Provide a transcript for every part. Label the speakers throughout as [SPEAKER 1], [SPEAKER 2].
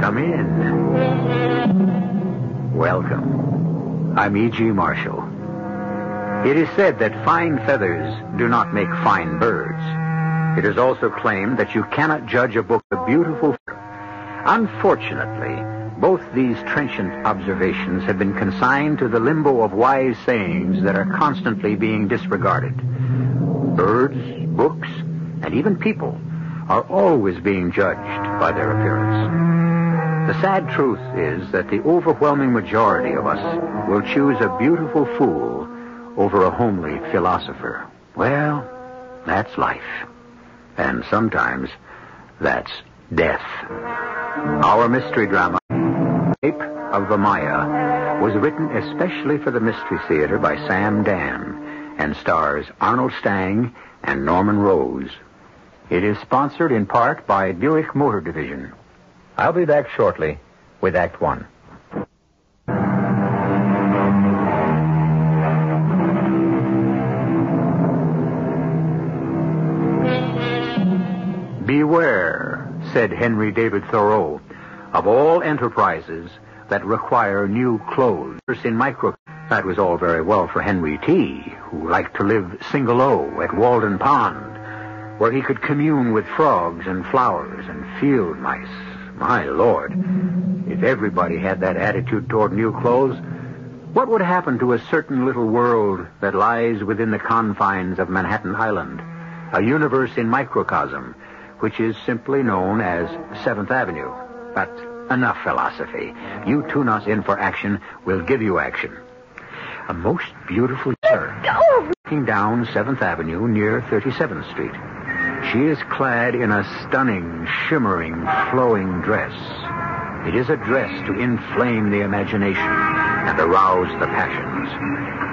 [SPEAKER 1] Come in. Welcome. I'm E.G. Marshall. It is said that fine feathers do not make fine birds. It is also claimed that you cannot judge a book a beautiful. Unfortunately, both these trenchant observations have been consigned to the limbo of wise sayings that are constantly being disregarded. Birds, books, and even people are always being judged by their appearance. The sad truth is that the overwhelming majority of us will choose a beautiful fool over a homely philosopher. Well, that's life. And sometimes that's death. Our mystery drama, Ape of the Maya, was written especially for the Mystery Theater by Sam Dan and stars Arnold Stang and Norman Rose. It is sponsored in part by Buick Motor Division. I'll be back shortly with Act One. Beware, said Henry David Thoreau, of all enterprises that require new clothes in micro. That was all very well for Henry T., who liked to live singalo at Walden Pond, where he could commune with frogs and flowers and field mice. My lord, if everybody had that attitude toward new clothes, what would happen to a certain little world that lies within the confines of Manhattan Island, a universe in microcosm? which is simply known as Seventh Avenue. But enough philosophy. You tune us in for action. We'll give you action. A most beautiful sir walking down Seventh Avenue near 37th Street. She is clad in a stunning, shimmering, flowing dress. It is a dress to inflame the imagination and arouse the passions.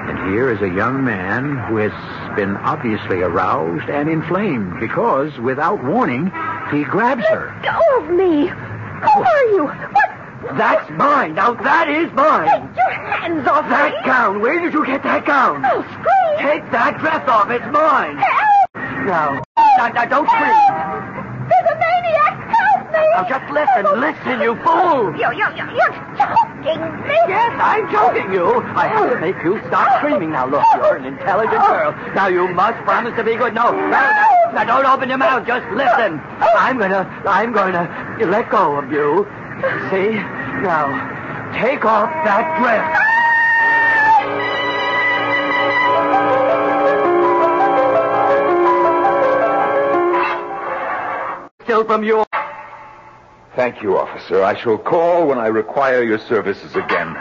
[SPEAKER 1] And here is a young man who has been obviously aroused and inflamed because, without warning, he grabs her.
[SPEAKER 2] Let go of me! Who are you? What?
[SPEAKER 1] That's mine. Now that is mine.
[SPEAKER 2] Take your hands off
[SPEAKER 1] that
[SPEAKER 2] me!
[SPEAKER 1] gown. Where did you get that gown?
[SPEAKER 2] I'll scream!
[SPEAKER 1] Take that dress off. It's mine.
[SPEAKER 2] Help!
[SPEAKER 1] Now, now,
[SPEAKER 2] Help!
[SPEAKER 1] now don't scream.
[SPEAKER 2] Help! There's a maniac! Help me!
[SPEAKER 1] Now just listen, listen, you fool.
[SPEAKER 2] You, you, you, you're choking me!
[SPEAKER 1] Yes, I'm joking you. I have to make you stop screaming. Now look, you're an intelligent girl. Now you must promise to be good. No, no, no, now don't open your mouth. Just listen. I'm gonna, I'm gonna let go of you. See? Now, take off that dress. Still from you.
[SPEAKER 3] Thank you, officer. I shall call when I require your services again.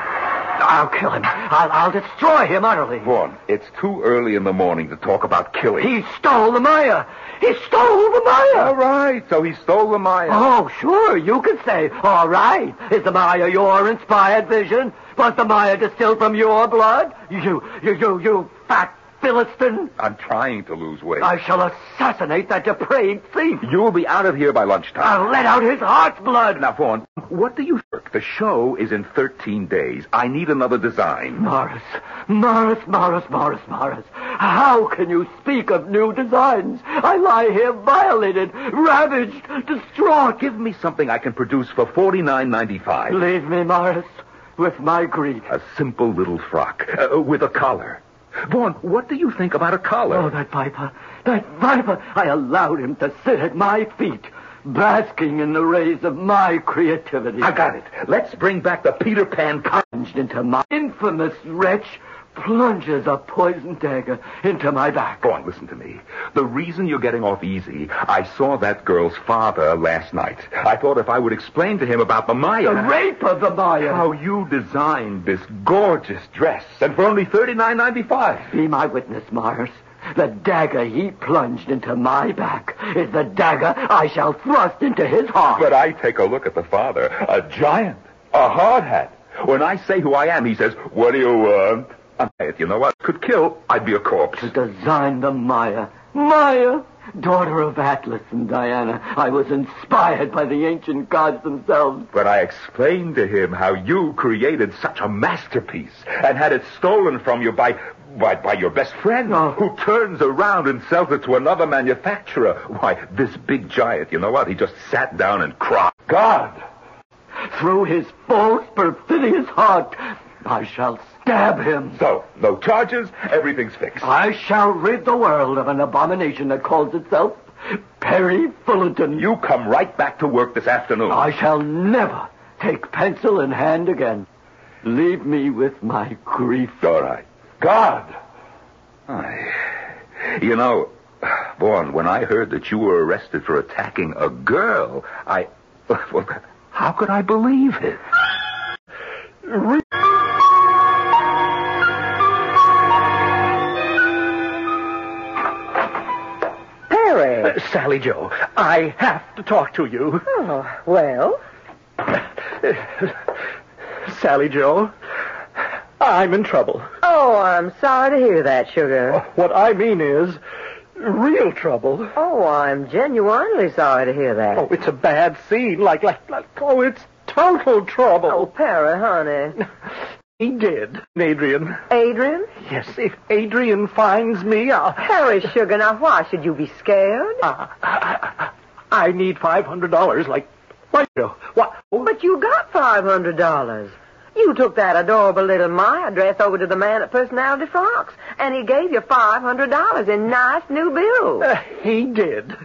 [SPEAKER 1] I'll kill him. I'll, I'll destroy him utterly.
[SPEAKER 3] Vaughn, it's too early in the morning to talk about killing.
[SPEAKER 1] He stole the Maya. He stole the Maya.
[SPEAKER 3] All right, so he stole the Maya.
[SPEAKER 1] Oh, sure, you could say, all right, is the Maya your inspired vision? Was the Maya distilled from your blood? You, you, you, Oh, you fat Philistine.
[SPEAKER 3] I'm trying to lose weight.
[SPEAKER 1] I shall assassinate that depraved thief.
[SPEAKER 3] You'll be out of here by lunchtime.
[SPEAKER 1] I'll let out his heart's blood.
[SPEAKER 3] Now, Vaughn, what do you think? The show is in 13 days. I need another design.
[SPEAKER 1] Morris, Morris, Morris, Morris, Morris. How can you speak of new designs? I lie here violated, ravaged, distraught.
[SPEAKER 3] Give me something I can produce for forty-nine ninety-five.
[SPEAKER 1] Leave me, Morris, with my grief.
[SPEAKER 3] A simple little frock uh, with a collar. Vaughn, what do you think about a collar?
[SPEAKER 1] Oh, that viper, that viper. I allowed him to sit at my feet, basking in the rays of my creativity.
[SPEAKER 3] I got it. Let's bring back the Peter Pan collar.
[SPEAKER 1] Plunged into my infamous wretch, plunges a poisoned dagger into my back.
[SPEAKER 3] Vaughn, listen to me. The reason you're getting off easy, I saw that girl's father last night. I thought if I would explain to him about the Maya,
[SPEAKER 1] The rape of the Maya.
[SPEAKER 3] how you designed this gorgeous dress, and for only thirty-nine ninety-five.
[SPEAKER 1] Be my witness, Mars. The dagger he plunged into my back is the dagger I shall thrust into his heart.
[SPEAKER 3] But I take a look at the father, a giant, a hard hat. When I say who I am, he says, "What do you want?" I'm, if you know what could kill, I'd be a corpse.
[SPEAKER 1] to design the Maya. Maya, daughter of Atlas and Diana, I was inspired by the ancient gods themselves.
[SPEAKER 3] But I explained to him how you created such a masterpiece and had it stolen from you by by, by your best friend
[SPEAKER 1] Oh.
[SPEAKER 3] who turns around and sells it to another manufacturer. Why, this big giant, you know what? He just sat down and cried. God!
[SPEAKER 4] through his false, perfidious heart. I shall stab him.
[SPEAKER 3] So, no charges, everything's fixed.
[SPEAKER 4] I shall rid the world of an abomination that calls itself Perry Fullerton.
[SPEAKER 3] You come right back to work this afternoon.
[SPEAKER 4] I shall never take pencil in hand again. Leave me with my grief.
[SPEAKER 3] All right. God! I... You know, Vaughn, when I heard that you were arrested for attacking a girl, I. Well, how could I believe it? Re-
[SPEAKER 2] Perry.
[SPEAKER 5] Uh, Sally Joe, I have to talk to you.
[SPEAKER 2] Oh, well?
[SPEAKER 5] Sally Joe, I'm in trouble.
[SPEAKER 2] Oh, I'm sorry to hear that, sugar.
[SPEAKER 5] What I mean is, real trouble.
[SPEAKER 2] Oh, I'm genuinely sorry to hear that.
[SPEAKER 5] Oh, it's a bad scene. Like, like, like oh, it's total trouble.
[SPEAKER 2] Oh, Perry, honey.
[SPEAKER 5] He did. Adrian.
[SPEAKER 2] Adrian?
[SPEAKER 5] Yes, if Adrian finds me, I'll...
[SPEAKER 2] Perry, sugar, now why should you be scared?
[SPEAKER 5] Uh, I, I, I need $500, like, like, what?
[SPEAKER 2] But you got $500. You took that adorable little Maya dress over to the man at Personality Frocks, and he gave you $500 in nice new bills.
[SPEAKER 5] Uh, he did.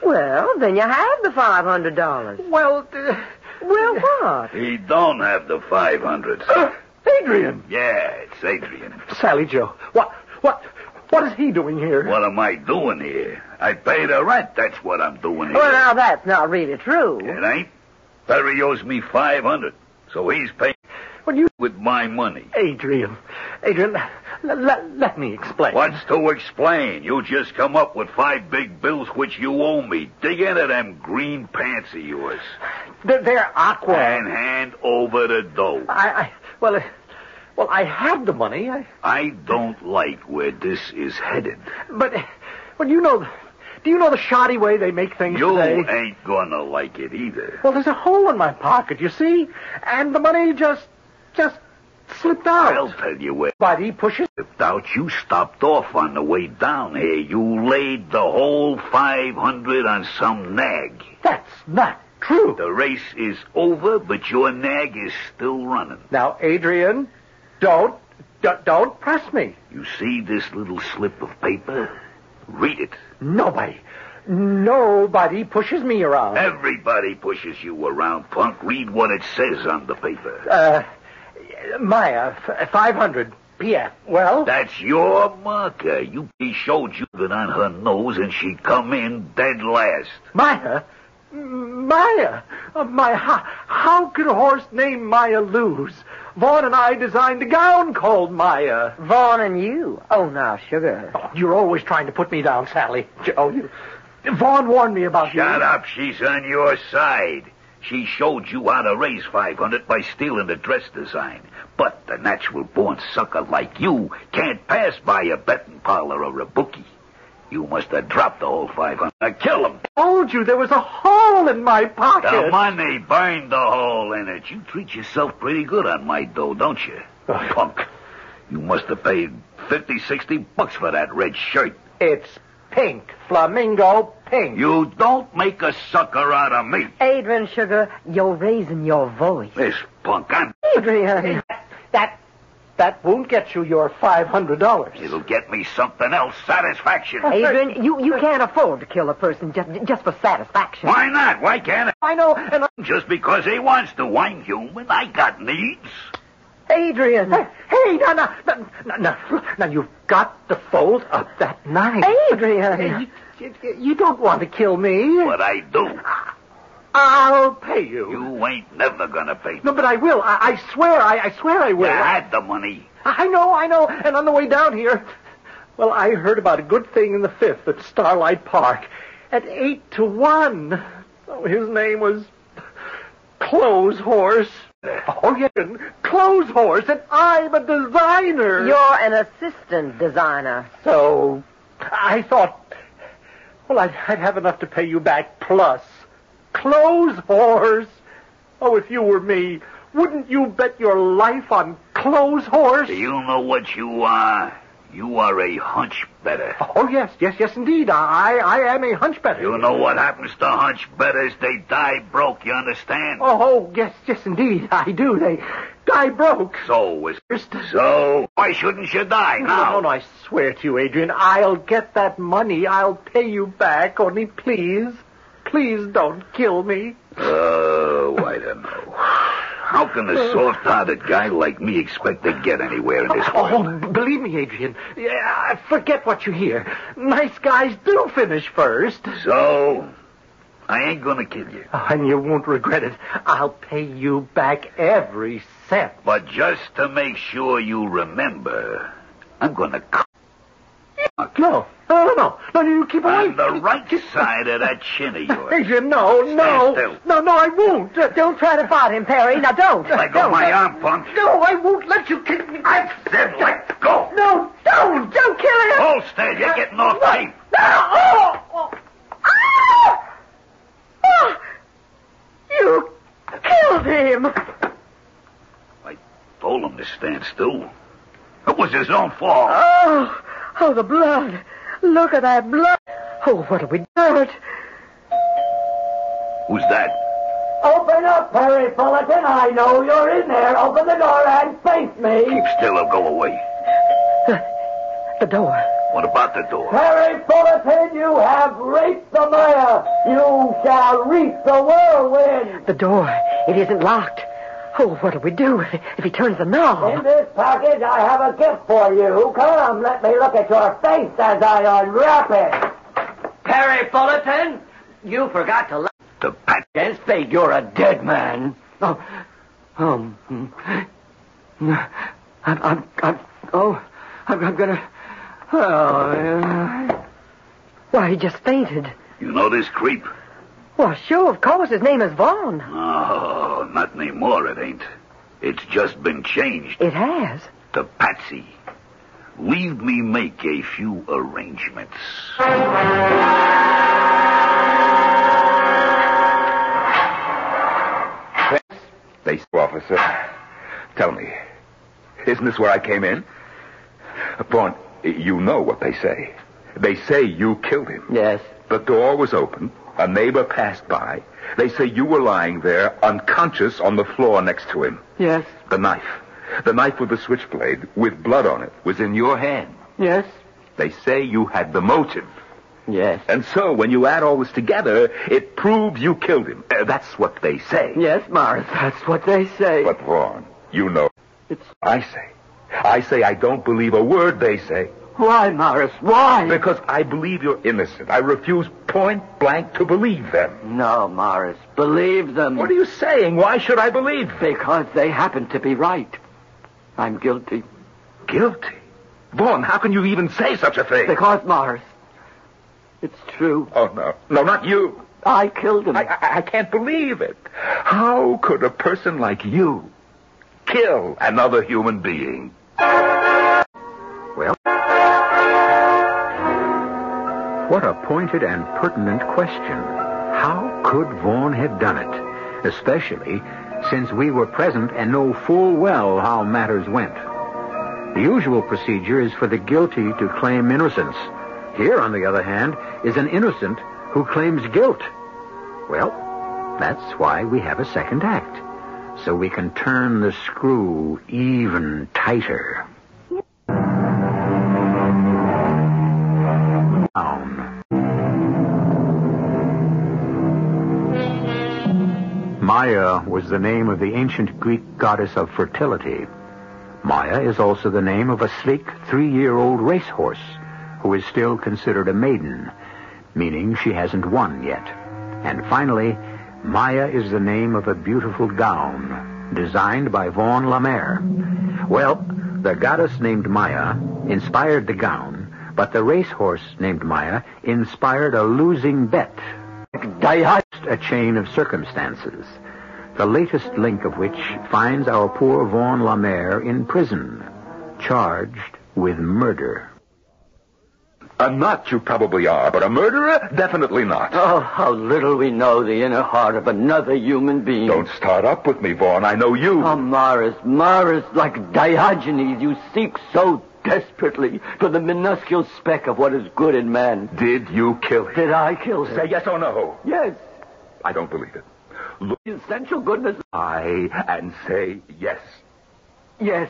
[SPEAKER 2] Well, then you have the $500.
[SPEAKER 5] Well, uh,
[SPEAKER 2] well, what?
[SPEAKER 1] He don't have the 500.
[SPEAKER 5] Uh, Adrian!
[SPEAKER 1] Yeah, it's Adrian.
[SPEAKER 5] Sally Joe, what, what, what is he doing here?
[SPEAKER 1] What am I doing here? I pay the rent, that's what I'm doing here.
[SPEAKER 2] Well, uh, now, that's not really true.
[SPEAKER 1] It ain't. Perry owes me 500, so he's paying
[SPEAKER 5] when you
[SPEAKER 1] with my money.
[SPEAKER 5] Adrian, Adrian, l- l- let me explain.
[SPEAKER 1] What's to explain? You just come up with five big bills which you owe me. Dig into them green pants of yours.
[SPEAKER 5] They're, they're aqua.
[SPEAKER 1] And hand over the dough.
[SPEAKER 5] I, I well, uh, well, I have the money. I,
[SPEAKER 1] I don't like where this is headed.
[SPEAKER 5] But, well, you know. Do you know the shoddy way they make things
[SPEAKER 1] you
[SPEAKER 5] today?
[SPEAKER 1] You ain't gonna like it either.
[SPEAKER 5] Well, there's a hole in my pocket, you see, and the money just just slipped out.
[SPEAKER 1] I'll tell you where.
[SPEAKER 5] But he pushes.
[SPEAKER 1] Slipped out. You stopped off on the way down here. You laid the whole 500 on some nag.
[SPEAKER 5] That's not true.
[SPEAKER 1] The race is over, but your nag is still running.
[SPEAKER 5] Now, Adrian, don't, don't, don't press me.
[SPEAKER 1] You see this little slip of paper? Read it.
[SPEAKER 5] Nobody. Nobody pushes me around.
[SPEAKER 1] Everybody pushes you around, punk. Read what it says on the paper.
[SPEAKER 5] Uh, Maya, f- 500 PF. Well?
[SPEAKER 1] That's your marker. You, he showed you it on her nose, and she come in dead last.
[SPEAKER 5] Maya? Maya? Oh, my, how, how could a horse named Maya lose? Vaughn and I designed a gown called Maya.
[SPEAKER 2] Vaughn and you? Oh, now, sugar.
[SPEAKER 5] Oh, you're always trying to put me down, Sally. Oh, you... Vaughn warned me about
[SPEAKER 1] you. Shut up. She's on your side. She showed you how to raise 500 by stealing the dress design. But the natural born sucker like you can't pass by a betting parlor or a bookie. You must have dropped the whole 500. Now kill him.
[SPEAKER 5] I told you there was a hole in my pocket.
[SPEAKER 1] The money burned the hole in it. You treat yourself pretty good on my dough, don't you? Oh. Punk. You must have paid 50, 60 bucks for that red shirt.
[SPEAKER 5] It's pink. Flamingo pink.
[SPEAKER 1] You don't make a sucker out of me.
[SPEAKER 2] Adrian, sugar, you're raising your voice.
[SPEAKER 1] This punk, I'm...
[SPEAKER 2] Adrian.
[SPEAKER 5] That, that, that won't get you your $500.
[SPEAKER 1] It'll get me something else, satisfaction.
[SPEAKER 2] Adrian, you, you can't afford to kill a person just, just for satisfaction.
[SPEAKER 1] Why not? Why can't
[SPEAKER 5] I? I know, and I...
[SPEAKER 1] Just because he wants to. I'm human. I got needs.
[SPEAKER 2] Adrian.
[SPEAKER 5] Hey, hey now, now, now, now, now, you've got to fold up that knife.
[SPEAKER 2] Adrian.
[SPEAKER 5] You, you, don't want to kill me.
[SPEAKER 1] But I do.
[SPEAKER 5] I'll pay you.
[SPEAKER 1] You ain't never gonna pay me.
[SPEAKER 5] No, but I will. I, I swear, I, I, swear I will.
[SPEAKER 1] You had the money.
[SPEAKER 5] I know, I know. And on the way down here, well, I heard about a good thing in the fifth at Starlight Park at eight to one. Oh, his name was Clothes Horse. Oh, yes. Clothes horse, and I'm a designer.
[SPEAKER 2] You're an assistant designer.
[SPEAKER 5] So, I thought, well, I'd, I'd, have enough to pay you back plus clothes horse. Oh, if you were me, wouldn't you bet your life on clothes horse?
[SPEAKER 1] Do you know what you are?
[SPEAKER 6] You are a hunchbetter.
[SPEAKER 7] Oh, yes, yes, yes, indeed. I, I I am a hunchback.
[SPEAKER 6] You know what happens to hunchbetters? They die broke, you understand?
[SPEAKER 7] Oh, oh, yes, yes, indeed. I do. They die broke.
[SPEAKER 6] So is so. Why shouldn't you die now?
[SPEAKER 7] No, no, no, I swear to you, Adrian, I'll get that money. I'll pay you back. Only please, please don't kill me.
[SPEAKER 6] Oh, I don't know. How can a soft-hearted guy like me expect to get anywhere in this
[SPEAKER 7] Oh,
[SPEAKER 6] world?
[SPEAKER 7] b- believe me, Adrian. Yeah, forget what you hear. Nice guys do finish first.
[SPEAKER 6] So, I ain't gonna kill you.
[SPEAKER 7] And you won't regret it. I'll pay you back every cent.
[SPEAKER 6] But just to make sure you remember, I'm gonna cut
[SPEAKER 7] No, no, no, no. No, you keep away.
[SPEAKER 6] on the right side of that chin of yours.
[SPEAKER 7] Adrian, no,
[SPEAKER 6] still.
[SPEAKER 7] no. No, no, I won't. Uh,
[SPEAKER 2] Don't try to fight him, Perry. Now don't.
[SPEAKER 6] Let go of my arm, punk.
[SPEAKER 7] No, I won't let you kick me.
[SPEAKER 6] I said let go.
[SPEAKER 7] No, don't.
[SPEAKER 2] Don't kill him.
[SPEAKER 6] Hold still, you're getting off tape.
[SPEAKER 2] Oh! Oh! Ah!
[SPEAKER 7] Ah!
[SPEAKER 2] Oh! You killed him.
[SPEAKER 6] I told him to stand still. It was his own fault.
[SPEAKER 2] Oh, oh, the blood. Look at that blood. Oh, what'll we do? It.
[SPEAKER 6] Who's that?
[SPEAKER 5] Open up, Perry Fullerton. I know you're in there. Open the door and face me.
[SPEAKER 6] Keep still or go away.
[SPEAKER 2] The door.
[SPEAKER 6] What about the door?
[SPEAKER 5] Perry Fullerton, you have reaped the mire. You shall reap the whirlwind.
[SPEAKER 2] The door. It isn't locked. Oh, what'll we do if, if he turns the knob?
[SPEAKER 5] In this package, I have a gift for you. Come, let me look at your face as I unwrap it. Perry Fullerton, you forgot to
[SPEAKER 6] The pat.
[SPEAKER 5] Against fate, you're a dead man. Oh, um, mm, mm, I'm, I'm, I'm, oh, I'm, I'm gonna, oh, uh,
[SPEAKER 2] Why, he just fainted.
[SPEAKER 6] You know this creep?
[SPEAKER 2] Well, sure, of course. His name is Vaughn.
[SPEAKER 6] Oh, not anymore, it ain't. It's just been changed
[SPEAKER 2] It has.
[SPEAKER 6] to Patsy. Leave me make a few arrangements.
[SPEAKER 3] They, officer, tell me, isn't this where I came in? Vaughn, you know what they say. They say you killed him.
[SPEAKER 5] yes.
[SPEAKER 3] The door was open. A neighbor passed by. They say you were lying there, unconscious on the floor next to him.
[SPEAKER 5] Yes,
[SPEAKER 3] The knife, the knife with the switchblade, with blood on it, was in your hand.
[SPEAKER 5] yes,
[SPEAKER 3] They say you had the motive.
[SPEAKER 5] yes,
[SPEAKER 3] And so, when you add all this together, it proves you killed him. Uh, that's what they say.
[SPEAKER 5] yes, Morris, that's what they say.
[SPEAKER 3] But, Vaughn, you know.
[SPEAKER 5] It's-
[SPEAKER 3] I say. I say I don't believe a word they say.
[SPEAKER 5] Why, Morris, why?
[SPEAKER 3] Because I believe you're innocent. I refuse point blank to believe them.
[SPEAKER 5] No, Morris, believe them.
[SPEAKER 3] What are you saying? Why should I believe them?
[SPEAKER 5] Because they happen to be right. I'm guilty.
[SPEAKER 3] Guilty. Vaughn, how can you even say such a thing?
[SPEAKER 5] Because, Morris, it's true.
[SPEAKER 3] Oh, no. No, not you.
[SPEAKER 5] I killed him.
[SPEAKER 3] I, I, I can't believe it. How could a person like you kill another human being?
[SPEAKER 1] What a pointed and pertinent question. How could Vaughn have done it? Especially since we were present and know full well how matters went. The usual procedure is for the guilty to claim innocence. Here, on the other hand, is an innocent who claims guilt. Well, that's why we have a second act. So we can turn the screw even tighter. Down. Maya was the name of the ancient Greek goddess of fertility. Maya is also the name of a sleek three-year-old racehorse who is still considered a maiden, meaning she hasn't won yet. And finally, Maya is the name of a beautiful gown designed by Vaughan Lemaire. Well, the goddess named Maya inspired the gown, but the racehorse named Maya inspired a losing bet just a chain of circumstances, the latest link of which finds our poor Vaughn Lemaire in prison, charged with murder.
[SPEAKER 3] A nut you probably are, but a murderer? Definitely not.
[SPEAKER 5] Oh, how little we know the inner heart of another human being.
[SPEAKER 3] Don't start up
[SPEAKER 5] Um,
[SPEAKER 3] with me, Vaughn. I know you.
[SPEAKER 5] Oh, Morris, Morris, like Diogenes, you seek so desperately for the minuscule speck of what is good in man.
[SPEAKER 3] Did you kill him?
[SPEAKER 5] Did I kill him?
[SPEAKER 3] Say yes or no.
[SPEAKER 5] yes.
[SPEAKER 3] I don't believe it. Look
[SPEAKER 5] Essential goodness.
[SPEAKER 3] I and say yes.
[SPEAKER 5] Yes.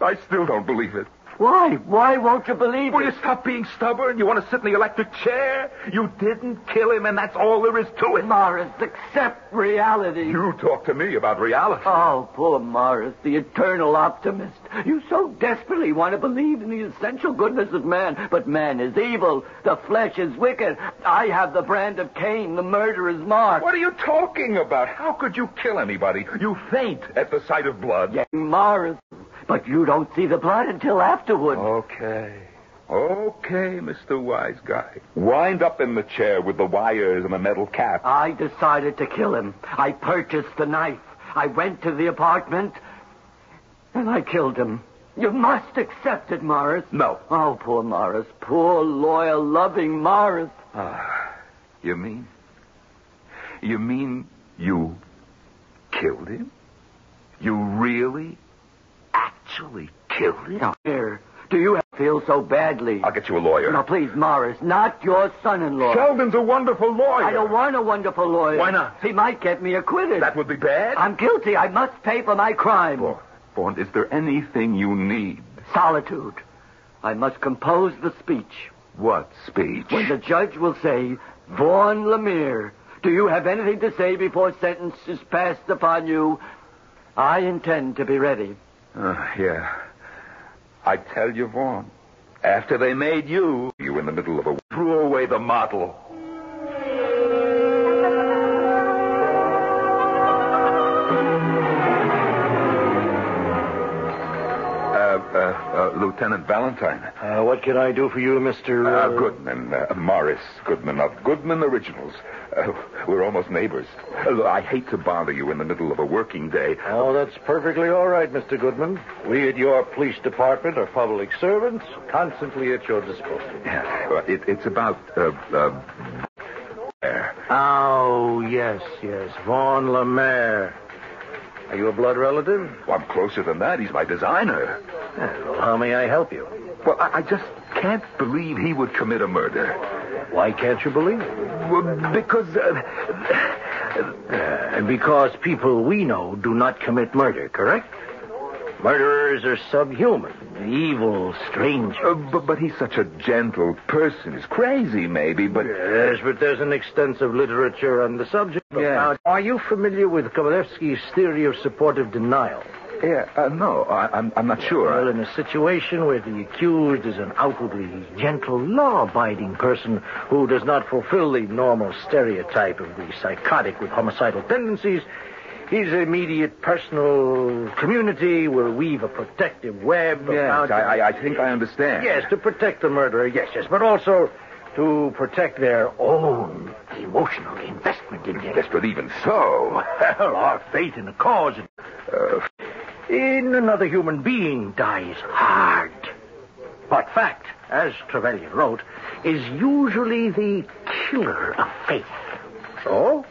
[SPEAKER 3] I still don't believe it.
[SPEAKER 5] Why? Why won't you believe
[SPEAKER 3] Will
[SPEAKER 5] it?
[SPEAKER 3] you stop being stubborn? You want to sit in the electric chair? You didn't kill him, and that's all there is to it.
[SPEAKER 5] Morris, accept reality.
[SPEAKER 3] You talk to me about reality.
[SPEAKER 5] Oh, poor Morris, the eternal optimist. You so desperately want to believe in the essential goodness of man, but man is evil. The flesh is wicked. I have the brand of Cain, the murderer's mark.
[SPEAKER 3] What are you talking about? How could you kill anybody? You faint at the sight of blood.
[SPEAKER 5] Yeah, Morris, but you don't see the blood until afterward.
[SPEAKER 3] Okay. Okay, Mr. Wise Guy. Wind up in the chair with the wires and the metal cap.
[SPEAKER 5] I decided to kill him. I purchased the knife. I went to the apartment, and I killed him. You must accept it, Morris.
[SPEAKER 3] No.
[SPEAKER 5] Oh, poor Morris. Poor, loyal, loving Morris.
[SPEAKER 3] You mean? You mean you killed him? You really, actually killed him?
[SPEAKER 5] Now, here, do you feel so badly?
[SPEAKER 3] I'll get you a lawyer.
[SPEAKER 5] Now, please, Morris, not your son-in-law.
[SPEAKER 3] Sheldon's a wonderful lawyer.
[SPEAKER 5] I don't want a wonderful lawyer.
[SPEAKER 3] Why not?
[SPEAKER 5] He might get me acquitted.
[SPEAKER 3] That would be bad.
[SPEAKER 5] I'm guilty. I must pay for my crime.
[SPEAKER 3] Bond, Bond, is there anything you need?
[SPEAKER 5] Solitude. I must compose the speech.
[SPEAKER 3] What speech?
[SPEAKER 5] When the judge will say, Vaughn Lemire, do you have anything to say before sentence is passed upon you? I intend to be ready.
[SPEAKER 3] Uh, yeah. I tell you, Vaughn, after they made you, you in the middle of a. threw away the model. Uh, uh, uh, Lieutenant Valentine.
[SPEAKER 1] Uh, what can I do for you, Mr.
[SPEAKER 3] Uh, Goodman, uh, Morris Goodman of Goodman Originals. Uh, we're almost neighbors. Uh, look, I hate to bother you in the middle of a working day.
[SPEAKER 1] Oh, that's perfectly all right, Mr. Goodman. We at your police department are public servants, constantly at your disposal.
[SPEAKER 3] Yeah, well, it, it's about uh, uh,
[SPEAKER 1] Oh, yes, yes. Vaughn Lemaire. Are you a blood relative?
[SPEAKER 3] Well, I'm closer than that. He's my designer.
[SPEAKER 1] Well, how may I help you?
[SPEAKER 3] Well, I, I just can't believe he would commit a murder.
[SPEAKER 1] Why can't you believe it?
[SPEAKER 3] Well, because uh,
[SPEAKER 1] Uh, because people we know do not commit murder, correct? Murderers are subhuman, evil, strange.
[SPEAKER 3] uh, but, but he's such a gentle person. He's crazy, maybe, but
[SPEAKER 1] Yes, but there's an extensive literature on the subject. Now, are you familiar with Kovalevsky's theory of supportive denial?
[SPEAKER 3] yeah, uh, no, I, I'm, I'm not
[SPEAKER 1] Well,
[SPEAKER 3] sure.
[SPEAKER 1] in a situation where the accused is an outwardly gentle, law-abiding person who does not fulfill the normal stereotype of the psychotic with homicidal tendencies, his immediate personal community will weave a protective web.
[SPEAKER 3] Yes,
[SPEAKER 1] around him.
[SPEAKER 3] I, I, I think I understand.
[SPEAKER 1] Yes, to protect the murderer, yes, yes, but also to protect their own emotional investment in him.
[SPEAKER 3] Yes, but even so,
[SPEAKER 1] Well, our faith in the cause. in another human being dies hard. But fact, as Trevelyan wrote, is usually the killer of faith. So?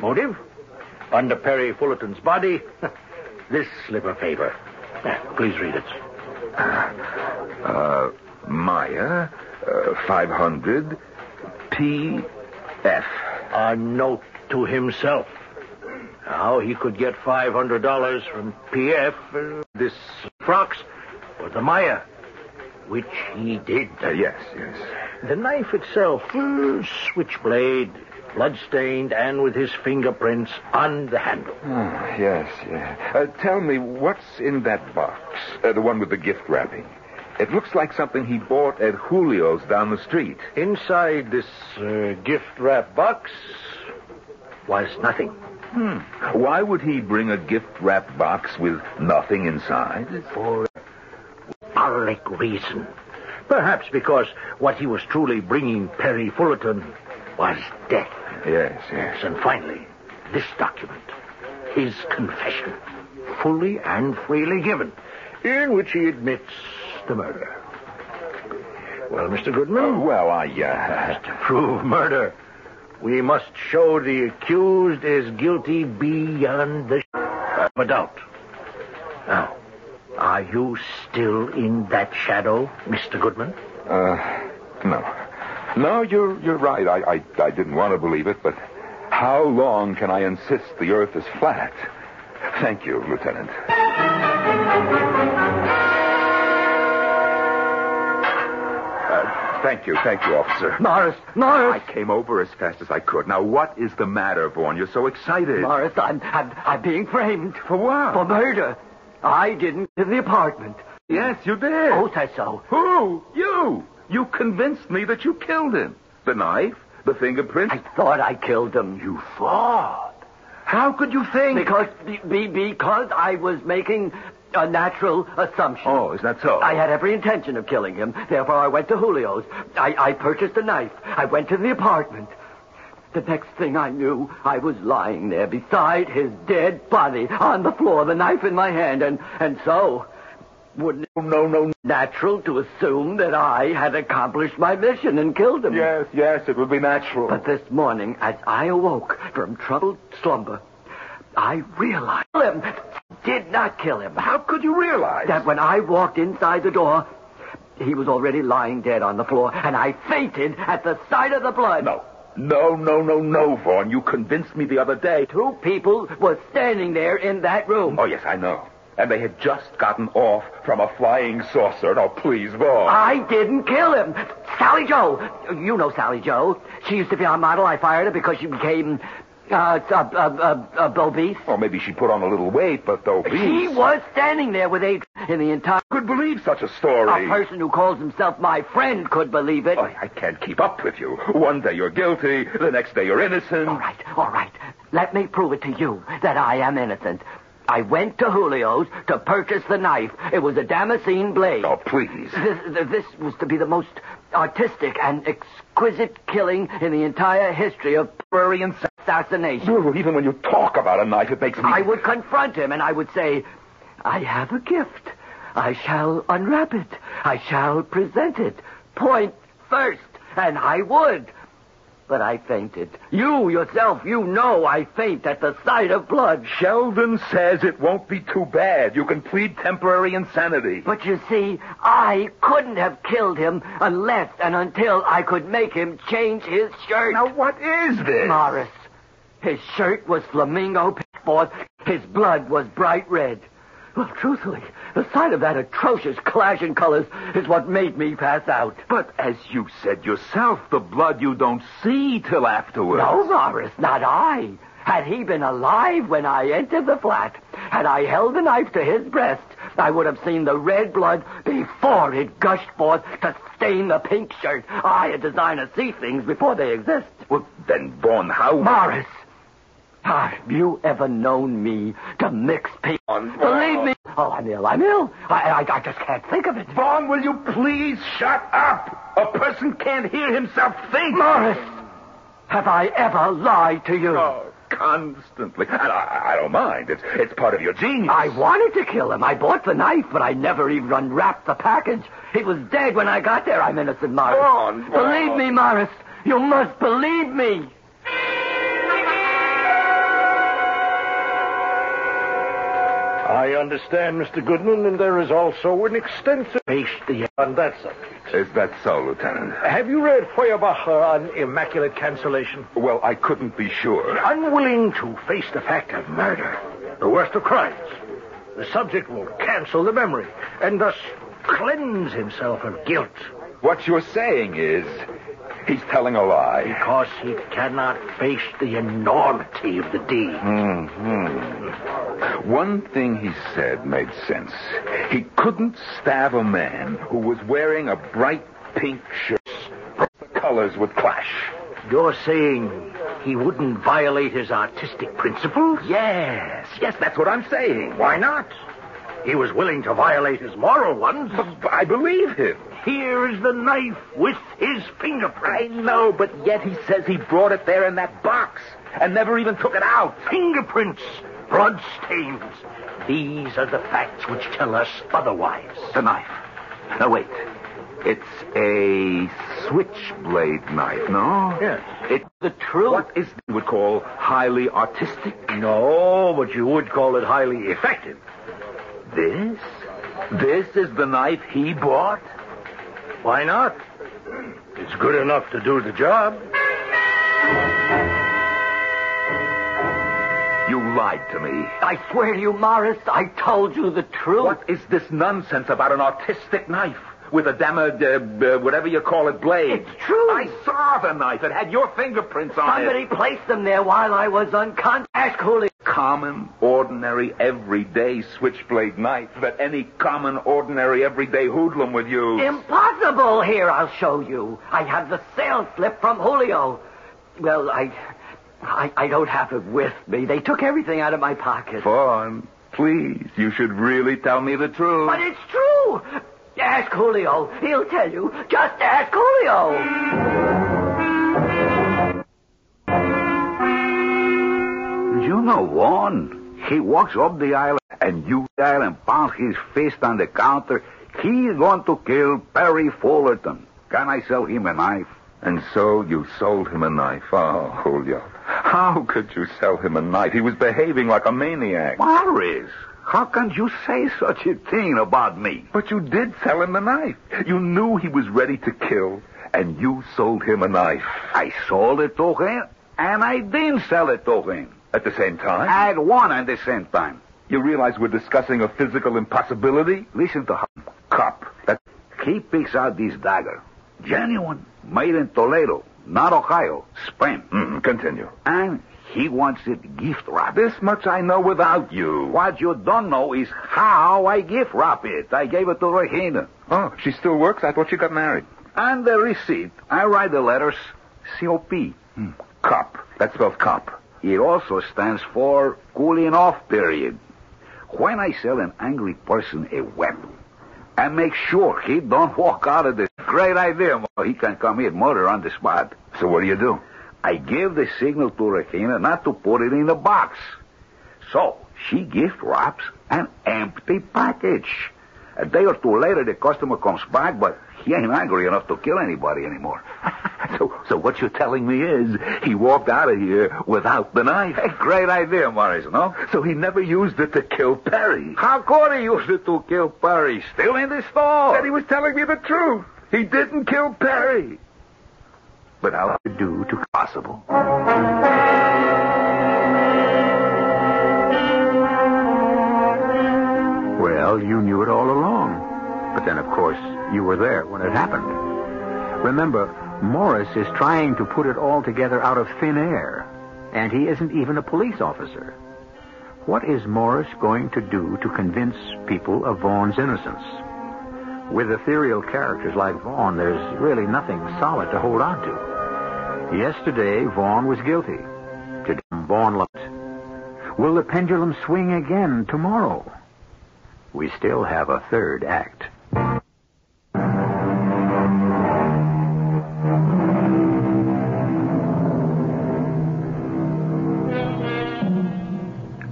[SPEAKER 1] Motive? Under Perry Fullerton's body, this slip of paper. Yeah, Please read it.
[SPEAKER 3] uh, Maya, uh, 500, P.F.
[SPEAKER 1] A note to himself. How he could get $500 from PF, uh, this Fox, or the Maya, which he did.
[SPEAKER 3] Uh, yes, yes.
[SPEAKER 1] The knife itself, uh, switchblade, bloodstained, and with his fingerprints on the handle.
[SPEAKER 3] Ah, yes, yeah. Uh, tell me, what's in that box? Uh, the one with the gift wrapping. It looks like something he bought at Julio's down the street.
[SPEAKER 1] Inside this uh, gift wrap box was nothing.
[SPEAKER 3] Why would he bring a gift wrap box with nothing inside?
[SPEAKER 1] Alec reason. Perhaps because what he was truly bringing Perry Fullerton was death.
[SPEAKER 3] Yes, yes.
[SPEAKER 1] And finally, this document, his confession, fully and freely given, in which he admits the murder. Well, Mr.
[SPEAKER 3] Uh,
[SPEAKER 1] Goodman,
[SPEAKER 3] well, I, uh,
[SPEAKER 1] to prove murder, we must show the accused is guilty beyond the shadow of a doubt. Now,
[SPEAKER 8] Are you still in that shadow, Mr. Goodman?
[SPEAKER 3] Uh, no. No, you're, you're right. I, I, I didn't want to believe it, but how long can I insist the earth is flat? Thank you, Lieutenant. Uh, thank you, thank you, officer.
[SPEAKER 5] Morris, Morris,
[SPEAKER 3] I came over as fast as I could. Now, what is the matter, Vaughn? You're so excited.
[SPEAKER 5] Morris, I'm, I'm, I'm being framed
[SPEAKER 3] For what?
[SPEAKER 5] for murder. I didn't in the apartment.
[SPEAKER 3] Yes, you did.
[SPEAKER 5] Oh, say so.
[SPEAKER 3] Who? You! You convinced me that you killed him. The knife, the fingerprints.
[SPEAKER 5] I thought I killed him. You
[SPEAKER 3] thought. How could you think?
[SPEAKER 5] Because be, be, because I was making a natural assumption.
[SPEAKER 3] Oh, is that so?
[SPEAKER 5] I had every intention of killing him. Therefore, I went to Julio's. I, I purchased a knife. I went to the apartment. The next thing I knew, I was lying there beside his dead body on the floor, the knife in my hand, and and so would no no no natural to assume that I had accomplished my mission and killed him.
[SPEAKER 3] Yes, yes, it would be natural.
[SPEAKER 5] But this morning, as I awoke from troubled slumber, I realized him did not kill him.
[SPEAKER 3] how could you realize?
[SPEAKER 5] That when I walked inside the door, he was already lying dead on the floor, and I fainted at the sight of the blood.
[SPEAKER 3] No. No, no, no, no, Vaughn. You convinced me the other day.
[SPEAKER 5] Two people were standing there in that room.
[SPEAKER 3] Oh, yes, I know. And they had just gotten off from a flying saucer. Now, please, Vaughn.
[SPEAKER 5] I didn't kill him. Sally Joe. You know Sally Joe. She used to be our model. I fired her because she became, uh, uh, uh, uh, uh obese.
[SPEAKER 3] Or maybe she put on a little weight, but though
[SPEAKER 5] She was standing there with Adrian in the entire...
[SPEAKER 3] could believe such a story.
[SPEAKER 5] A person who calls himself my friend could believe it.
[SPEAKER 3] Oh, I can't keep up with you. One day you're guilty, the next day you're innocent.
[SPEAKER 5] All right, all right. Let me prove it to you that I am innocent. I went to Julio's to purchase the knife. It was a Damascene blade.
[SPEAKER 3] Oh, please.
[SPEAKER 5] This, this was to be the most artistic and exquisite killing in the entire history of Prurian assassination.
[SPEAKER 3] Lulu, even when you talk about a knife, it makes me.
[SPEAKER 5] I would confront him and I would say, I have a gift. I shall unwrap it. I shall present it. Point first. And I would. But I fainted. You yourself, you know I faint at the sight of blood.
[SPEAKER 3] Sheldon says it won't be too bad. You can plead temporary insanity.
[SPEAKER 5] But you see, I couldn't have killed him unless and until I could make him change his shirt.
[SPEAKER 3] Now, what is this?
[SPEAKER 5] Morris. His shirt was flamingo pinchforth. His blood was bright red. Well, truthfully, the sight of that atrocious clash in colors is what made me pass out.
[SPEAKER 3] But as you said yourself, the blood you don't see till afterwards.
[SPEAKER 5] No, Morris, not I. Had he been alive when I entered the flat, had I held the knife to his breast, I would have seen the red blood before it gushed forth to stain the pink shirt. I, a designer, see things before they exist.
[SPEAKER 3] Well, then, Vaughn, how?
[SPEAKER 5] Morris, have you ever known me to mix people? Believe me. Oh, I'm ill. I'm ill. I, I, I just can't think of it.
[SPEAKER 3] Vaughn, will you please shut up? A person can't hear himself think.
[SPEAKER 5] Morris, have I ever lied to you?
[SPEAKER 3] Oh, constantly. And I, I don't mind. It's, it's part of your genius.
[SPEAKER 5] I wanted to kill him. I bought the knife, but I never even unwrapped the package. He was dead when I got there. I'm innocent, Morris.
[SPEAKER 7] Oh.
[SPEAKER 3] Vaughn,
[SPEAKER 5] believe
[SPEAKER 3] Vaughn.
[SPEAKER 5] me, Morris. You must believe me.
[SPEAKER 7] I understand, Mr. Goodman, and there is also an extensive HD on that subject.
[SPEAKER 3] Is that so, Lieutenant?
[SPEAKER 7] Have you read Feuerbacher on Immaculate Cancellation?
[SPEAKER 3] Well, I couldn't be sure.
[SPEAKER 7] Unwilling to face the fact of murder, the worst of crimes, the subject will cancel the memory and thus cleanse himself of guilt
[SPEAKER 3] What you're saying is he's telling a lie.
[SPEAKER 8] Because he cannot face the enormity of the deed.
[SPEAKER 3] One thing he said made sense. He couldn't stab a man who was wearing a bright pink shirt. The colors would clash.
[SPEAKER 8] You're saying he wouldn't violate his artistic principles?
[SPEAKER 3] Yes, yes, that's what I'm saying.
[SPEAKER 8] Why not? He was willing to violate his moral ones.
[SPEAKER 3] But I believe him.
[SPEAKER 8] Here is the knife with his fingerprint.
[SPEAKER 3] I know, but yet he says he brought it there in that box and never even took it out.
[SPEAKER 8] Fingerprints, blood stains. These are the facts which tell us otherwise.
[SPEAKER 3] The knife. Now, wait. It's a switchblade knife, no?
[SPEAKER 7] Yes.
[SPEAKER 3] It,
[SPEAKER 5] The truth.
[SPEAKER 3] what is you would call highly artistic?
[SPEAKER 8] No, but you would call it highly effective.
[SPEAKER 3] This This is the knife he bought?
[SPEAKER 8] Why not? It's good enough to do the job.
[SPEAKER 3] You lied to me.
[SPEAKER 5] I swear to you, Morris, I told you the truth.
[SPEAKER 3] What is this nonsense about an artistic knife with a damned, uh, uh, whatever you call it, blade?
[SPEAKER 5] It's true.
[SPEAKER 3] I saw the knife. It had your fingerprints on
[SPEAKER 5] Somebody
[SPEAKER 3] it.
[SPEAKER 5] placed them there while I was unconscious. Ask Julio.
[SPEAKER 3] Common, ordinary, everyday switchblade knife that any common, ordinary, everyday hoodlum would use.
[SPEAKER 5] Impossible here, I'll show you. I have the sale slip from Julio. Well, I, I, I don't have it with me. They took everything out of my pocket.
[SPEAKER 3] Vaughn, please, you should really tell me the truth.
[SPEAKER 5] But it's true. Ask Julio. He'll tell you. Just ask Julio.
[SPEAKER 6] You know, Vaughn, he walks up the aisle and you there and pounds his fist on the counter. He's going to kill Perry Fullerton. Can I sell him a knife?
[SPEAKER 3] And so you sold him a knife. Oh, Julio. How could you sell him a knife? He was behaving like a maniac.
[SPEAKER 6] Morris, how can you say such a thing about me?
[SPEAKER 3] But you did sell him the knife. You knew he was ready to kill, and you sold him a knife.
[SPEAKER 6] I sold it to him, and I didn't sell it to him.
[SPEAKER 3] At the same time,
[SPEAKER 6] I had one at the same time.
[SPEAKER 3] you realize we're discussing a physical impossibility?
[SPEAKER 6] Listen to him.
[SPEAKER 3] Cop. That,
[SPEAKER 6] He picks out this dagger. Genuine. Made in Toledo, not Ohio. Spain.
[SPEAKER 3] mm, continue.
[SPEAKER 6] And he wants it gift wrapped.
[SPEAKER 3] This much I know without you.
[SPEAKER 6] What you don't know is how I gift wrap it. I gave it to Regina.
[SPEAKER 3] Oh, she still works? I thought she got married.
[SPEAKER 6] And the receipt, I write the letters COP.
[SPEAKER 3] Hmm. Cop. That spells cop.
[SPEAKER 6] It also stands for cooling off period. When I sell an angry person a weapon, I make sure he don't walk out of this great idea. Mo. He can commit murder on the spot.
[SPEAKER 3] So what do you do?
[SPEAKER 6] I give the signal to Regina not to put it in the box. So she gift wraps an empty package. A day or two later, the customer comes back, but he ain't angry enough to kill anybody anymore.
[SPEAKER 3] So, so what you're telling me is he walked out of here without the knife.
[SPEAKER 6] A great idea, Morris, no?
[SPEAKER 3] So he never used it to kill Perry.
[SPEAKER 6] How could he use it to kill Perry? Still in the store.
[SPEAKER 3] That he was telling me the truth. He didn't kill Perry.
[SPEAKER 6] But how to do to possible?
[SPEAKER 1] Well, you knew it all along. But then, of course, you were there when it happened. Remember, Morris is trying to put it all together out of thin air, and he isn't even a police officer. What is Morris going to do to convince people of Vaughn's innocence? With ethereal characters like Vaughn, there's really nothing solid to hold on to. Yesterday, Vaughn was guilty. Today, Vaughn loved. Will the pendulum swing again tomorrow? We still have a third act.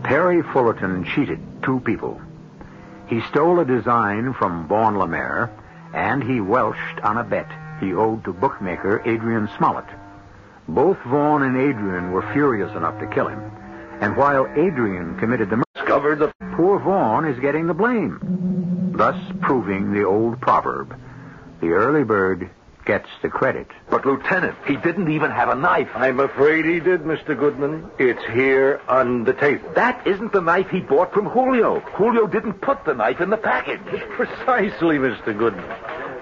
[SPEAKER 1] Perry Fullerton cheated two people. He stole a design from Vaughn Lemaire, and he welched on a bet he owed to bookmaker Adrian Smollett. Both Vaughn and Adrian were furious enough to kill him, and while Adrian committed the murder,
[SPEAKER 3] Discovered the.
[SPEAKER 1] poor Vaughn is getting the blame, thus proving the old proverb the early bird gets the credit.
[SPEAKER 3] But, Lieutenant, he didn't even have a knife.
[SPEAKER 8] I'm afraid he did, Mr. Goodman. It's here on the table.
[SPEAKER 3] That isn't the knife he bought from Julio. Julio didn't put the knife in the package.
[SPEAKER 8] Precisely, Mr. Goodman.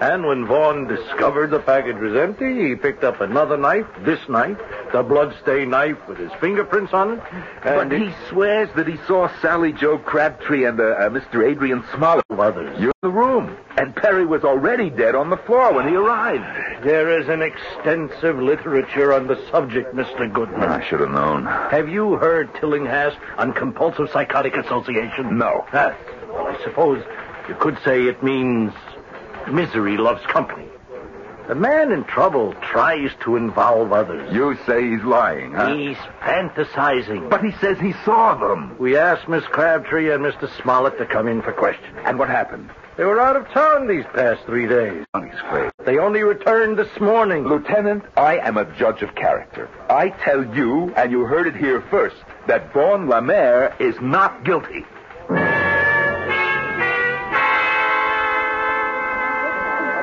[SPEAKER 8] And when Vaughn discovered the package was empty, he picked up another knife, this knife, the bloodstained knife with his fingerprints on it, and
[SPEAKER 3] But he swears that he saw Sally Joe Crabtree and uh, uh, Mr. Adrian Smollett.
[SPEAKER 8] others.
[SPEAKER 3] You're in the room. And Perry was already dead on the floor when he arrived.
[SPEAKER 8] There is an extensive literature on the subject, Mr. Goodman.
[SPEAKER 3] I should have known.
[SPEAKER 8] Have you heard Tillinghast on compulsive psychotic association?
[SPEAKER 3] No.
[SPEAKER 8] Ah, well, I suppose you could say it means misery loves company. The man in trouble tries to involve others.
[SPEAKER 3] You say he's lying,
[SPEAKER 5] Uh.
[SPEAKER 3] huh?
[SPEAKER 8] He's fantasizing.
[SPEAKER 3] But he says he saw them.
[SPEAKER 8] we asked Miss Crabtree and Mr. Smollett to come in for questioning.
[SPEAKER 3] And what happened?
[SPEAKER 8] They were out of town these past three days.
[SPEAKER 3] On his face.
[SPEAKER 8] They only returned this morning.
[SPEAKER 3] Lieutenant, I am a judge of character. I tell you, and you heard it here first, that Vaughn Lemaire is not guilty.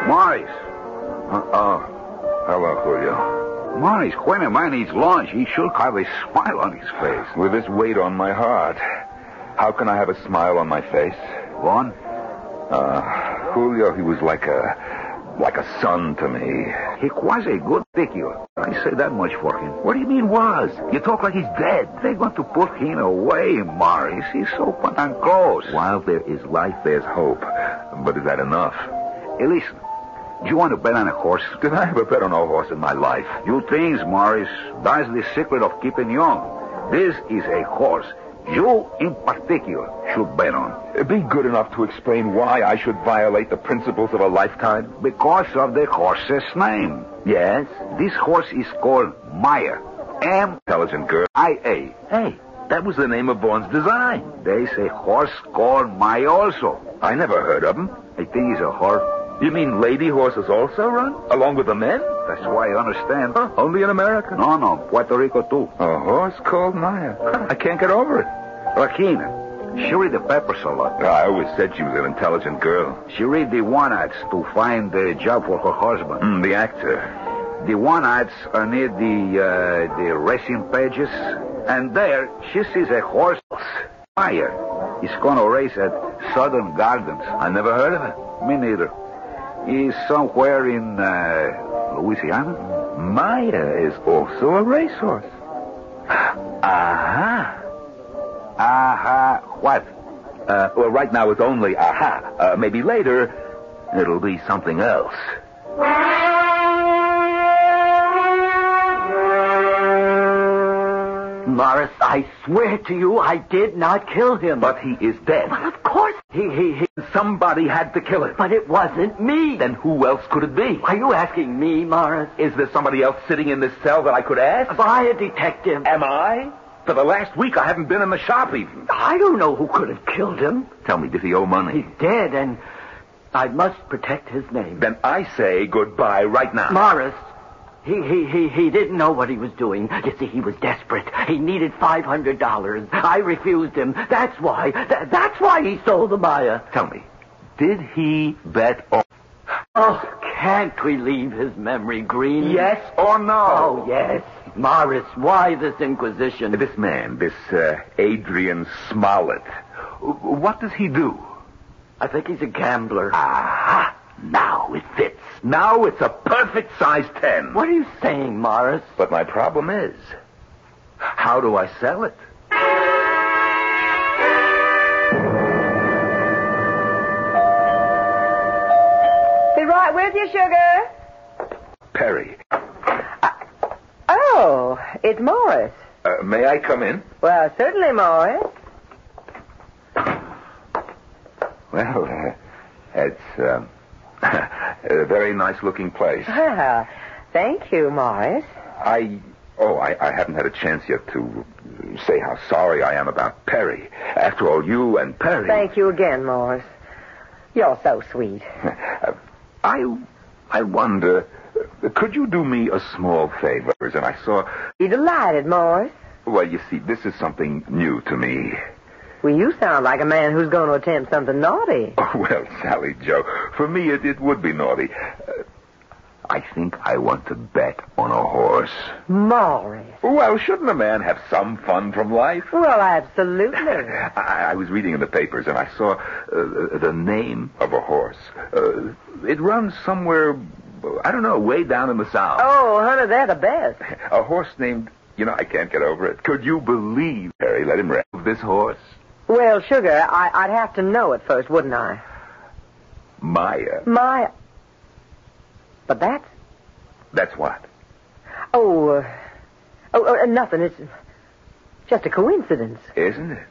[SPEAKER 6] Maurice.
[SPEAKER 3] Uh, oh, hello, Julio.
[SPEAKER 6] Maurice, when a man eats lunch, he should have a smile on his face.
[SPEAKER 3] With this weight on my heart, how can I have a smile on my face?
[SPEAKER 6] Vaughn,
[SPEAKER 3] Uh, Julio, he was like a like a son to me.
[SPEAKER 6] he was a good figure. I say that much for him. What do you mean was? You talk like he's dead. They're going to put him away, Maurice. He's so put on close.
[SPEAKER 3] While there is life, there's hope. But is that enough?
[SPEAKER 6] Hey, listen. Do you want to bet on a horse?
[SPEAKER 3] Did I ever bet on a horse in my life?
[SPEAKER 6] You things, Morris. That's the secret of keeping young. This is a horse you, in particular, should bet on.
[SPEAKER 3] Uh, Be good enough to explain why I should violate the principles of a lifetime.
[SPEAKER 6] Because of the horse's name. Yes? This horse is called Meyer.
[SPEAKER 3] Intelligent girl.
[SPEAKER 6] M-I-A.
[SPEAKER 3] Hey, that was the name of Vaughn's design.
[SPEAKER 6] There's a horse called Meyer also.
[SPEAKER 3] I never heard of him.
[SPEAKER 6] I think it's a horse.
[SPEAKER 3] You mean lady horses also run? Along with the men?
[SPEAKER 6] That's why I understand.
[SPEAKER 3] Huh, only in America.
[SPEAKER 6] No, no, Puerto Rico too.
[SPEAKER 3] A horse called Maya. I can't get over it.
[SPEAKER 6] Rakina, she read the papers a lot.
[SPEAKER 3] I always said she was an intelligent girl.
[SPEAKER 6] She read the one ads to find a job for her husband.
[SPEAKER 3] Mm, the actor.
[SPEAKER 6] The one ads are near the uh, the racing pages, and there she sees a horse. Fire. He's gonna race at Southern Gardens.
[SPEAKER 3] I never heard of it.
[SPEAKER 6] Me neither. He's somewhere in uh, Louisiana.
[SPEAKER 3] Maya is also a racehorse. Aha.
[SPEAKER 6] Aha, what?
[SPEAKER 3] Uh, well, right now it's only aha. Uh, maybe later it'll be something else.
[SPEAKER 5] Morris, I swear to you, I did not kill him.
[SPEAKER 3] But he is dead.
[SPEAKER 5] Well, of course. He, he, he.
[SPEAKER 3] Somebody had to kill him.
[SPEAKER 5] But it wasn't me.
[SPEAKER 3] Then who else could it be?
[SPEAKER 5] Are you asking me, Morris?
[SPEAKER 3] Is there somebody else sitting in this cell that I could ask?
[SPEAKER 5] By a detective.
[SPEAKER 3] Am I? For the last week, I haven't been in the shop even.
[SPEAKER 5] I don't know who could have killed him.
[SPEAKER 3] Tell me, did he owe
[SPEAKER 5] He's
[SPEAKER 3] money?
[SPEAKER 5] dead, and I must protect his name.
[SPEAKER 3] Then I say goodbye right now.
[SPEAKER 5] Morris, he, he, he, he didn't know what he was doing. You see, he was desperate. He needed $500. I refused him. That's why. Tha- that's why he sold the Maya.
[SPEAKER 3] Tell me, did he bet on
[SPEAKER 5] Oh, can't we leave his memory green?
[SPEAKER 3] yes or no?
[SPEAKER 5] Oh, yes. Morris, why this inquisition?
[SPEAKER 3] This man, this uh, Adrian Smollett, w- what does he do?
[SPEAKER 5] I think he's a gambler.
[SPEAKER 3] Aha! Now it fits. Now it's a perfect size 10.
[SPEAKER 5] What are you saying, Morris?
[SPEAKER 3] But my problem is, how do I sell it?
[SPEAKER 2] Be right with you, sugar.
[SPEAKER 3] Perry,
[SPEAKER 2] Oh, it's Morris.
[SPEAKER 3] uh, may I come in?
[SPEAKER 2] Well, certainly, Morris.
[SPEAKER 3] Well, uh, it's um, a very nice looking place.
[SPEAKER 2] Well, thank you, Morris.
[SPEAKER 3] I. Oh, I, I haven't had a chance yet to uh, say how sorry I am about Perry. After all, you and Perry.
[SPEAKER 2] Thank you again, Morris. You're so sweet.
[SPEAKER 3] Uh, I. I wonder. uh, Could you do me a small favor? And I saw.
[SPEAKER 2] You delighted, Morris.
[SPEAKER 3] Well, you see, this is something new to me.
[SPEAKER 2] Well, you sound like a man who's going to attempt something naughty.
[SPEAKER 3] Oh, well, Sally Joe, for me it, it would be naughty. Uh, I think I want to bet on a horse.
[SPEAKER 2] Morris.
[SPEAKER 3] Well, shouldn't a man have some fun from life?
[SPEAKER 2] Well, absolutely.
[SPEAKER 3] I, I was reading in the papers and I saw uh, the name of a horse. Uh, it runs somewhere, I don't know, way down in the south.
[SPEAKER 2] Oh, honey, they're the best.
[SPEAKER 3] A horse named, you know, I can't get over it. Could you believe, Harry, let him rest this horse?
[SPEAKER 2] Well, sugar, I, I'd have to know it first, wouldn't I?
[SPEAKER 3] Maya.
[SPEAKER 2] My. But that's.
[SPEAKER 3] That's what?
[SPEAKER 2] Oh, uh, oh, uh, nothing. It's just a coincidence.
[SPEAKER 3] Isn't it?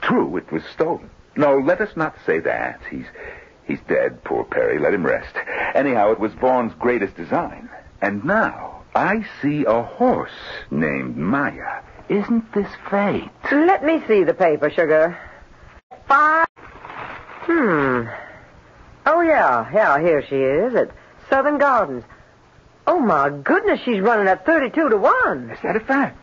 [SPEAKER 3] True, it was stolen. No, let us not say that. He's he's dead, poor Perry. Let him rest. Anyhow, it was Vaughn's greatest design. And now I see a horse named Maya. Isn't this fate?
[SPEAKER 2] Let me see the paper, sugar. Five. Hmm. Oh, yeah, yeah, here she is at Southern Gardens. Oh, my goodness, she's running at 32 to 1.
[SPEAKER 3] Is that a fact?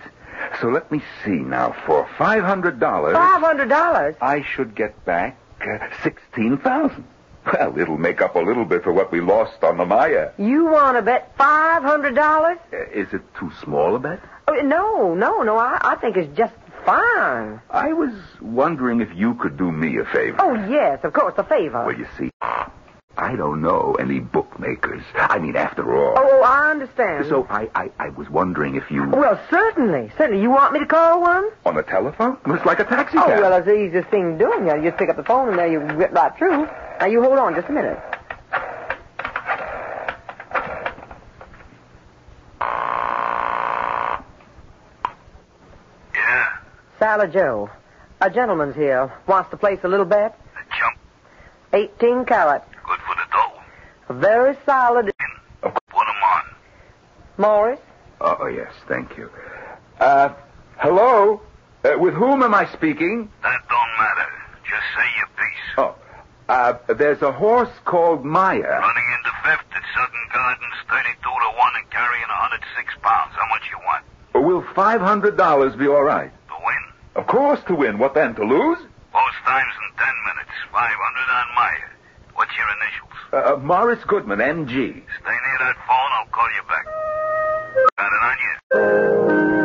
[SPEAKER 3] So let me see now. For
[SPEAKER 2] Ah!
[SPEAKER 3] five hundred dollars,
[SPEAKER 2] $500.
[SPEAKER 3] I should get back uh, sixteen thousand. Well, it'll make up a little bit for what we lost on the Maya.
[SPEAKER 2] You want to bet $500?
[SPEAKER 3] Uh, Is it too small a bet?
[SPEAKER 2] Oh, no, no, no. I, I think it's just fine.
[SPEAKER 3] I was wondering if you could do me a favor.
[SPEAKER 2] Oh, yes, of course, a favor.
[SPEAKER 3] Well, you see, I don't know any bookmakers. I mean, after all.
[SPEAKER 2] Oh, oh, I understand.
[SPEAKER 3] So I, I, I was wondering if you.
[SPEAKER 2] Well, certainly, certainly. You want me to call one?
[SPEAKER 3] On the telephone? It's like a taxi
[SPEAKER 2] Oh,
[SPEAKER 3] cab.
[SPEAKER 2] well, it's the easiest thing doing. You just pick up the phone and there you get right through. Now, you hold on just a minute.
[SPEAKER 1] Yeah,
[SPEAKER 2] Sally Joe, a gentleman's here. Wants to place a little bet.
[SPEAKER 1] the jump.
[SPEAKER 2] 18 carat.
[SPEAKER 1] Good for the dough.
[SPEAKER 2] Very solid.
[SPEAKER 1] Put 'em on.
[SPEAKER 2] Morris?
[SPEAKER 3] Oh, yes, thank you. Uh, hello? Uh, with whom am I speaking?
[SPEAKER 1] That don't matter. Just say your piece.
[SPEAKER 3] Oh, uh, there's a horse called Maya.
[SPEAKER 1] Running into fifth at Southern Gardens, 32 to 1 and carrying 106 pounds. How much you want?
[SPEAKER 3] Will $500 be all right?
[SPEAKER 1] To win?
[SPEAKER 3] Of course, to win. What then, to lose?
[SPEAKER 1] Both times in 10 minutes. 500 on Maya. What's your initials?
[SPEAKER 3] Uh, Morris Goodman, M.G.
[SPEAKER 1] Stay near that phone. I'll call you back. Got it on you?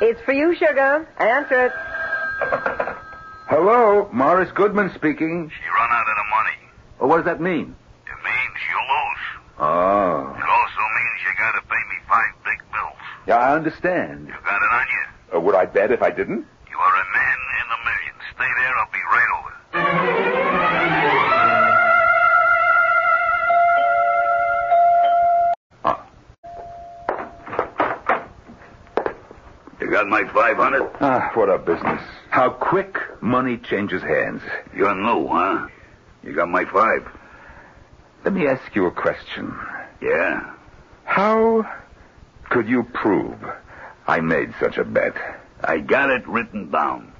[SPEAKER 2] It's for you, sugar. Answer it.
[SPEAKER 3] Hello, Morris Goodman speaking.
[SPEAKER 1] She run out of the money.
[SPEAKER 3] Oh, what does that mean?
[SPEAKER 1] It means you lose.
[SPEAKER 3] Oh,
[SPEAKER 1] It also means you gotta pay me five big bills.
[SPEAKER 3] yeah, I understand.
[SPEAKER 1] You got it on you?
[SPEAKER 3] Uh, would I bet if I didn't?
[SPEAKER 1] You are a man in a million. Stay there. I'll be right over. You got my 500?
[SPEAKER 3] Ah, what a business. How quick money changes hands.
[SPEAKER 1] You're new, huh? You got my five?
[SPEAKER 3] Let me ask you a question.
[SPEAKER 1] Yeah.
[SPEAKER 3] How could you prove I made such a bet? Ah.
[SPEAKER 1] I got it written down.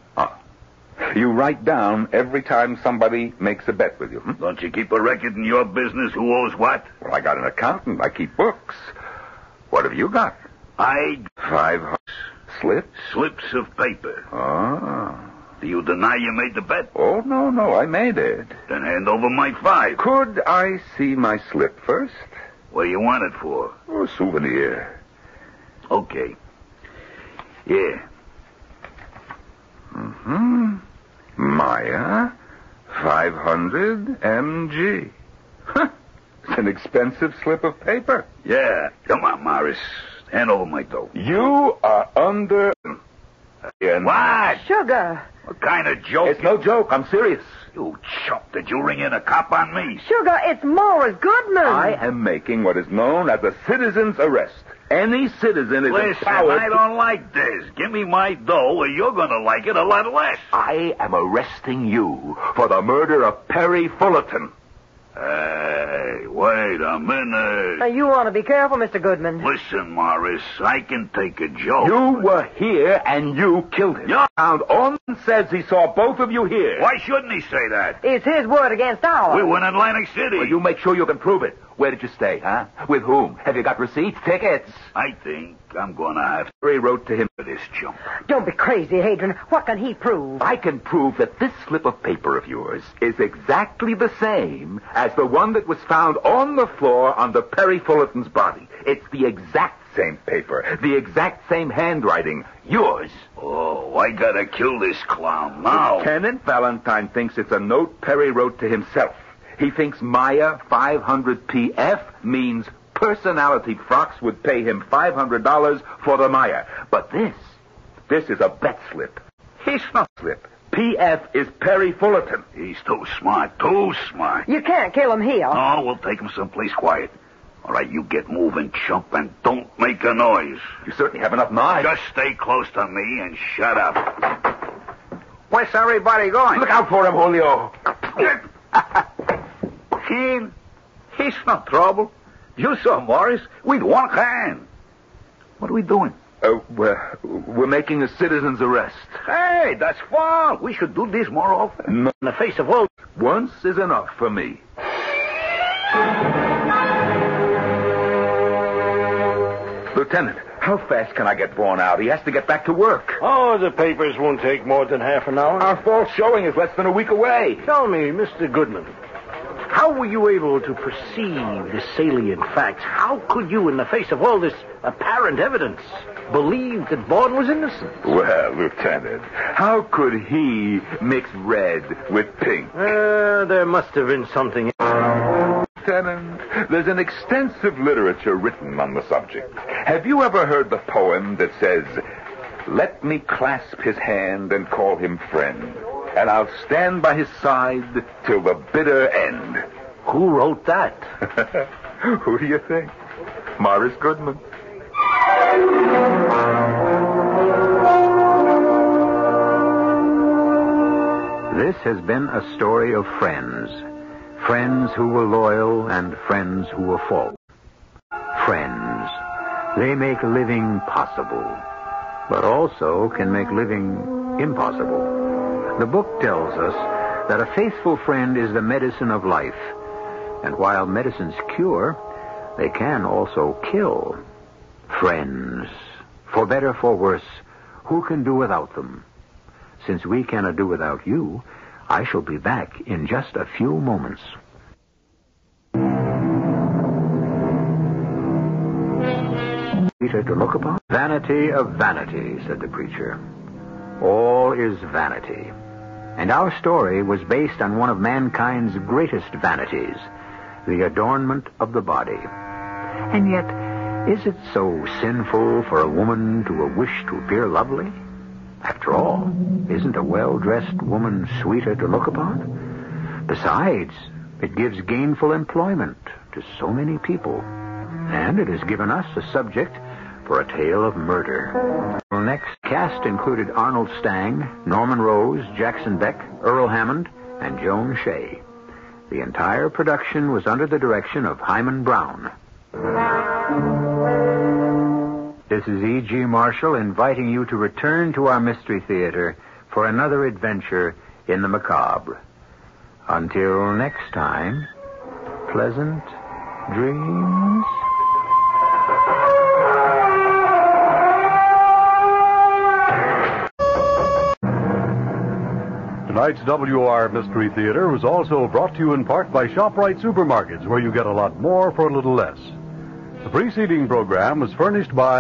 [SPEAKER 3] You write down every time somebody makes a bet with you. hmm?
[SPEAKER 1] Don't you keep a record in your business who owes what?
[SPEAKER 3] Well, I got an accountant. I keep books. What have you got?
[SPEAKER 1] I
[SPEAKER 3] Five hu- slips.
[SPEAKER 1] slips of paper.
[SPEAKER 3] Oh.
[SPEAKER 1] Do you deny you made the bet?
[SPEAKER 3] Oh, no, no, I made it.
[SPEAKER 1] Then hand over my five.
[SPEAKER 3] Could I see my slip first?
[SPEAKER 1] What do you want it for?
[SPEAKER 3] Oh, souvenir.
[SPEAKER 1] Okay. Yeah.
[SPEAKER 3] Hmm. Maya, 500 MG. Huh. It's an expensive slip of paper.
[SPEAKER 1] Yeah. Come on, Morris. Hand over my dough.
[SPEAKER 3] You are under. And
[SPEAKER 1] What?
[SPEAKER 2] Sugar,
[SPEAKER 1] What kind of joke?
[SPEAKER 3] It's no joke. I'm serious.
[SPEAKER 1] You chump. Did you ring in a cop on me?
[SPEAKER 2] sugar, it's Morris Goodman.
[SPEAKER 3] I am making what is known as a citizen's arrest. Any citizen is
[SPEAKER 1] Listen,
[SPEAKER 3] empowered.
[SPEAKER 1] I
[SPEAKER 3] to-
[SPEAKER 1] don't like this. Give me my dough, or you're going to like it a lot less.
[SPEAKER 3] I am arresting you for the murder of Perry Fullerton.
[SPEAKER 1] Hey, wait a minute.
[SPEAKER 2] Now, you want to be careful, Mr. Goodman.
[SPEAKER 1] Listen, Morris, I can take a joke.
[SPEAKER 3] You were here and you killed him.
[SPEAKER 1] Yeah.
[SPEAKER 3] Count Orman says he saw both of you here.
[SPEAKER 1] Why shouldn't he say that?
[SPEAKER 2] It's his word against ours.
[SPEAKER 1] We were in Atlantic City.
[SPEAKER 3] Well, you make sure you can prove it. Where did you stay, huh? With whom? Have you got receipts, tickets?
[SPEAKER 1] I think I'm going to have
[SPEAKER 3] Perry wrote to him.
[SPEAKER 1] for this jump.
[SPEAKER 2] Don't be crazy, Hadrian. What can he prove?
[SPEAKER 3] I can prove that this slip of paper of yours is exactly the same as the one that was found on the floor under Perry Fullerton's body. It's the exact same paper, the exact same handwriting. Yours.
[SPEAKER 1] Oh, I gotta kill this clown now.
[SPEAKER 3] Lieutenant Valentine thinks it's a note Perry wrote to himself. He thinks Maya 500 PF means personality frocks would pay him $500 for the Maya. But this, this is a bet slip. He's not slip. PF is Perry Fullerton.
[SPEAKER 1] He's too smart, too smart.
[SPEAKER 2] You can't kill him here.
[SPEAKER 1] No, we'll take him someplace quiet. All right, you get moving, chump, and don't make a noise.
[SPEAKER 3] You certainly have enough knives.
[SPEAKER 1] Just stay close to me and shut up.
[SPEAKER 5] Where's everybody going?
[SPEAKER 3] Look out for him, Julio.
[SPEAKER 1] Keen, he's no trouble. You saw Morris with one hand. What are we doing?
[SPEAKER 3] Uh, we're, we're making a citizen's arrest.
[SPEAKER 1] Hey, that's foul. We should do this more often.
[SPEAKER 3] No.
[SPEAKER 1] In the face of all
[SPEAKER 3] Once is enough for me. Lieutenant, How fast can I get Vaughn out? He has to get back to work.
[SPEAKER 8] Oh, the papers won't take more than half an hour.
[SPEAKER 3] Our false showing is less than a week away.
[SPEAKER 8] Tell me, Mr. Goodman, how were you able to perceive the salient facts? How could you, in the face of all this apparent evidence, believe that Vaughn was innocent?
[SPEAKER 3] Well, Lieutenant, how could he mix red with pink?
[SPEAKER 8] Uh, there must have been something.
[SPEAKER 3] Lieutenant, there's an extensive literature written on the subject. Have you ever heard the poem that says, Let me clasp his hand and call him friend, and I'll stand by his side till the bitter end?
[SPEAKER 8] Who wrote that?
[SPEAKER 3] Who do you think? Morris Goodman.
[SPEAKER 1] This has been a story of friends. Friends who were loyal and friends who were false. Friends. They make living possible, but also can make living impossible. The book tells us that a faithful friend is the medicine of life, and while medicines cure, they can also kill. Friends. For better, for worse, who can do without them? Since we cannot do without you, I shall be back in just a few moments. Peter to look upon? Vanity of vanity, said the preacher. All is vanity. And our story was based on one of mankind's greatest vanities, the adornment of the body. And yet, is it so sinful for a woman to a wish to appear lovely? After all, isn't a well-dressed woman sweeter to look upon? Besides, it gives gainful employment to so many people. And it has given us a subject for a tale of murder. Our next cast included Arnold Stang, Norman Rose, Jackson Beck, Earl Hammond, and Joan Shea. The entire production was under the direction of Hyman Brown. This is E.G. Marshall inviting you to return to our Mystery Theater for another adventure in the macabre. Until next time, pleasant dreams.
[SPEAKER 9] Tonight's WR Mystery Theater was also brought to you in part by ShopRite Supermarkets, where you get a lot more for a little less. The preceding program was furnished by